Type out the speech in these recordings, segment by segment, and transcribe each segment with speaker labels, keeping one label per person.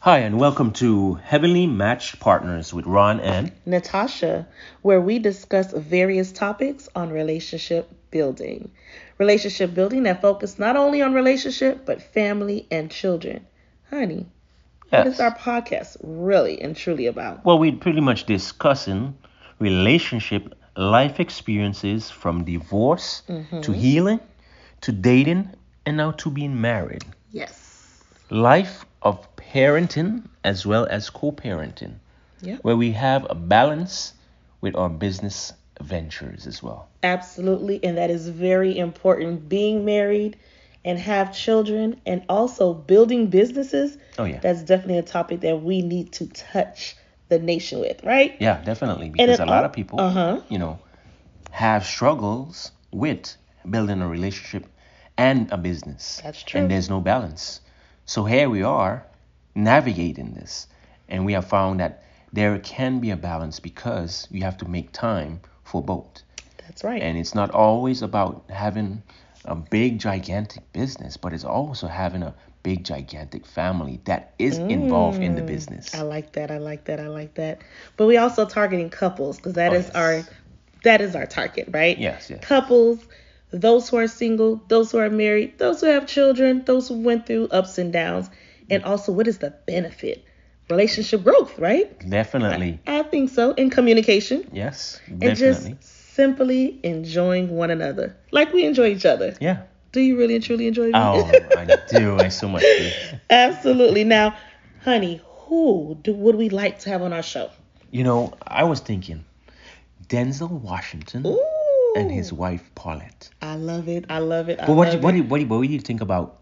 Speaker 1: Hi, and welcome to Heavenly Matched Partners with Ron and.
Speaker 2: Natasha, where we discuss various topics on relationship building. Relationship building that focus not only on relationship, but family and children. Honey, what
Speaker 1: Yes.
Speaker 2: is our podcast really and truly about?
Speaker 1: Well, we're pretty much discussing relationship life experiences from divorce to healing to dating and now to being married.
Speaker 2: Yes.
Speaker 1: Life of parenting as well as co parenting,
Speaker 2: Yeah.
Speaker 1: where we have a balance with our business ventures as well.
Speaker 2: Absolutely. And that is very important. Being married and have children and also building businesses.
Speaker 1: Oh, yeah.
Speaker 2: That's definitely a topic that we need to touch the nation with, right?
Speaker 1: Yeah, definitely. Because a
Speaker 2: it
Speaker 1: lot
Speaker 2: al-
Speaker 1: of people,
Speaker 2: Uh-huh.
Speaker 1: you know, have struggles with building a relationship and a business.
Speaker 2: That's true.
Speaker 1: And there's no balance. So here we are navigating this. And we have found that there can be a balance because you have to make time for both.
Speaker 2: That's right.
Speaker 1: And it's not always about having a big, gigantic business, but it's also having a big, gigantic family that is involved in the
Speaker 2: Mm.
Speaker 1: business.
Speaker 2: I like that. I like that. I like that. But we also targeting couples because that
Speaker 1: Oh,
Speaker 2: is
Speaker 1: yes.
Speaker 2: our that is our target, right?
Speaker 1: Yes, yes.
Speaker 2: Couples, those who are single, those who are married, those who have children, those who went through ups and downs,
Speaker 1: Mm.
Speaker 2: and also what is the benefit? Relationship growth, right?
Speaker 1: Definitely.
Speaker 2: I think so. And communication.
Speaker 1: Yes,
Speaker 2: And
Speaker 1: definitely.
Speaker 2: just simply enjoying one another. Like we enjoy each other.
Speaker 1: Yeah.
Speaker 2: Do you really and truly enjoy me?
Speaker 1: Oh, I do. I so much do.
Speaker 2: Absolutely. Now, honey, who do, would we like to have on our show?
Speaker 1: You know, I was thinking Denzel Washington
Speaker 2: Ooh.
Speaker 1: and his wife Paulette.
Speaker 2: I love it. I love it. I
Speaker 1: But what
Speaker 2: love
Speaker 1: did, what
Speaker 2: it.
Speaker 1: did, what did, what did you think about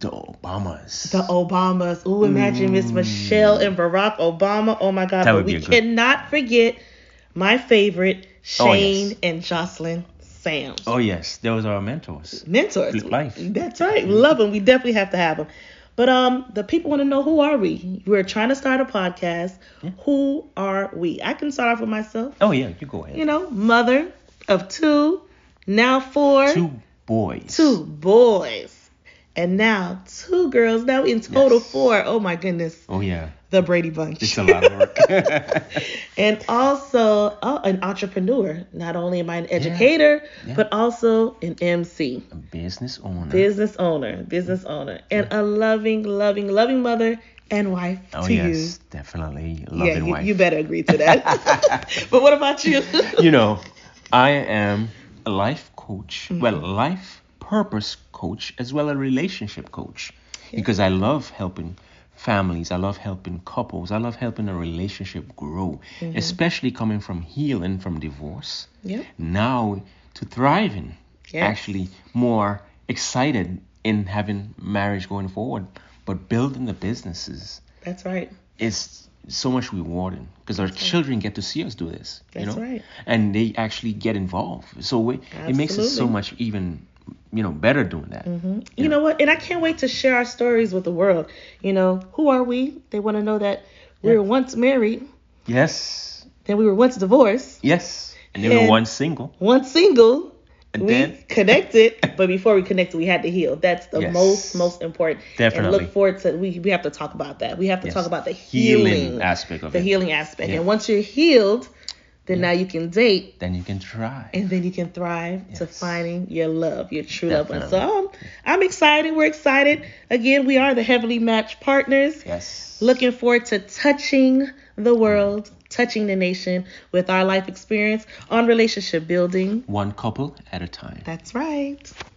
Speaker 1: the Obamas?
Speaker 2: the Obamas. Ooh, imagine Miss Michelle and Barack Obama. Oh my God.
Speaker 1: Mm. That
Speaker 2: but
Speaker 1: would
Speaker 2: we
Speaker 1: be a good-
Speaker 2: cannot forget my favorite, Shane
Speaker 1: Oh, yes.
Speaker 2: and Jocelyn Sams.
Speaker 1: oh yes, those are our mentors.
Speaker 2: Mentors.
Speaker 1: Flip life.
Speaker 2: That's right. We Love them. We definitely have to have them. But um, the people want to know who are we? We're trying to start a podcast. Who are we? I can start off with myself.
Speaker 1: Oh yeah, you go ahead.
Speaker 2: you know, mother of two, now four, two
Speaker 1: two boys.
Speaker 2: boys, and now two girls. Now in total
Speaker 1: Yes.
Speaker 2: four. Oh my goodness,
Speaker 1: Oh yeah,
Speaker 2: the Brady Bunch.
Speaker 1: it's a lot of work.
Speaker 2: and also oh, an entrepreneur. Not only am I an educator,
Speaker 1: Yeah.
Speaker 2: but also an MC,
Speaker 1: a business owner.
Speaker 2: business owner, business owner, and a loving, loving, loving mother and wife
Speaker 1: oh
Speaker 2: to
Speaker 1: yes, definitely
Speaker 2: you. Yeah,
Speaker 1: loving
Speaker 2: you,
Speaker 1: wife.
Speaker 2: you better agree to that. but what about you?
Speaker 1: you know, I am a life coach, well, life purpose coach, as well a relationship coach, because I love helping families, I love helping couples, I love helping a relationship grow, especially coming from healing from divorce
Speaker 2: yep.
Speaker 1: now to thriving.
Speaker 2: Yes.
Speaker 1: Actually, more excited in having marriage going forward, but building the businesses
Speaker 2: That's right.
Speaker 1: is so much rewarding because our children get to see us do this. you
Speaker 2: That's
Speaker 1: know?
Speaker 2: right.
Speaker 1: and they actually get involved. So it, it makes it so
Speaker 2: Absolutely. Mm-hmm.
Speaker 1: much even, you know, better doing that.
Speaker 2: You know what? And I can't wait to share our stories with the world. You know, who are we? They want to know that we were once married,
Speaker 1: Yes,
Speaker 2: then we were once divorced,
Speaker 1: yes. And they were
Speaker 2: And-
Speaker 1: once single.
Speaker 2: once single.
Speaker 1: And
Speaker 2: We
Speaker 1: then,
Speaker 2: connected, but before we connected, we had to heal. That's the
Speaker 1: Yes.
Speaker 2: most most important. And
Speaker 1: Definitely.
Speaker 2: look forward to we we have to talk about that. We have to
Speaker 1: Yes.
Speaker 2: talk about the
Speaker 1: Healing
Speaker 2: healing,
Speaker 1: aspect of
Speaker 2: the
Speaker 1: it.
Speaker 2: healing aspect.
Speaker 1: Yeah.
Speaker 2: And once you're healed, then now you can date
Speaker 1: then you can try.
Speaker 2: and then you can thrive to
Speaker 1: Yes.
Speaker 2: finding your love, your true love one. So
Speaker 1: Definitely.
Speaker 2: um, I'm excited. We're excited. Again, we are the heavily matched partners.
Speaker 1: yes.
Speaker 2: Looking forward to touching the world, touching the nation with our life experience on relationship building.
Speaker 1: One couple at a time.
Speaker 2: That's right.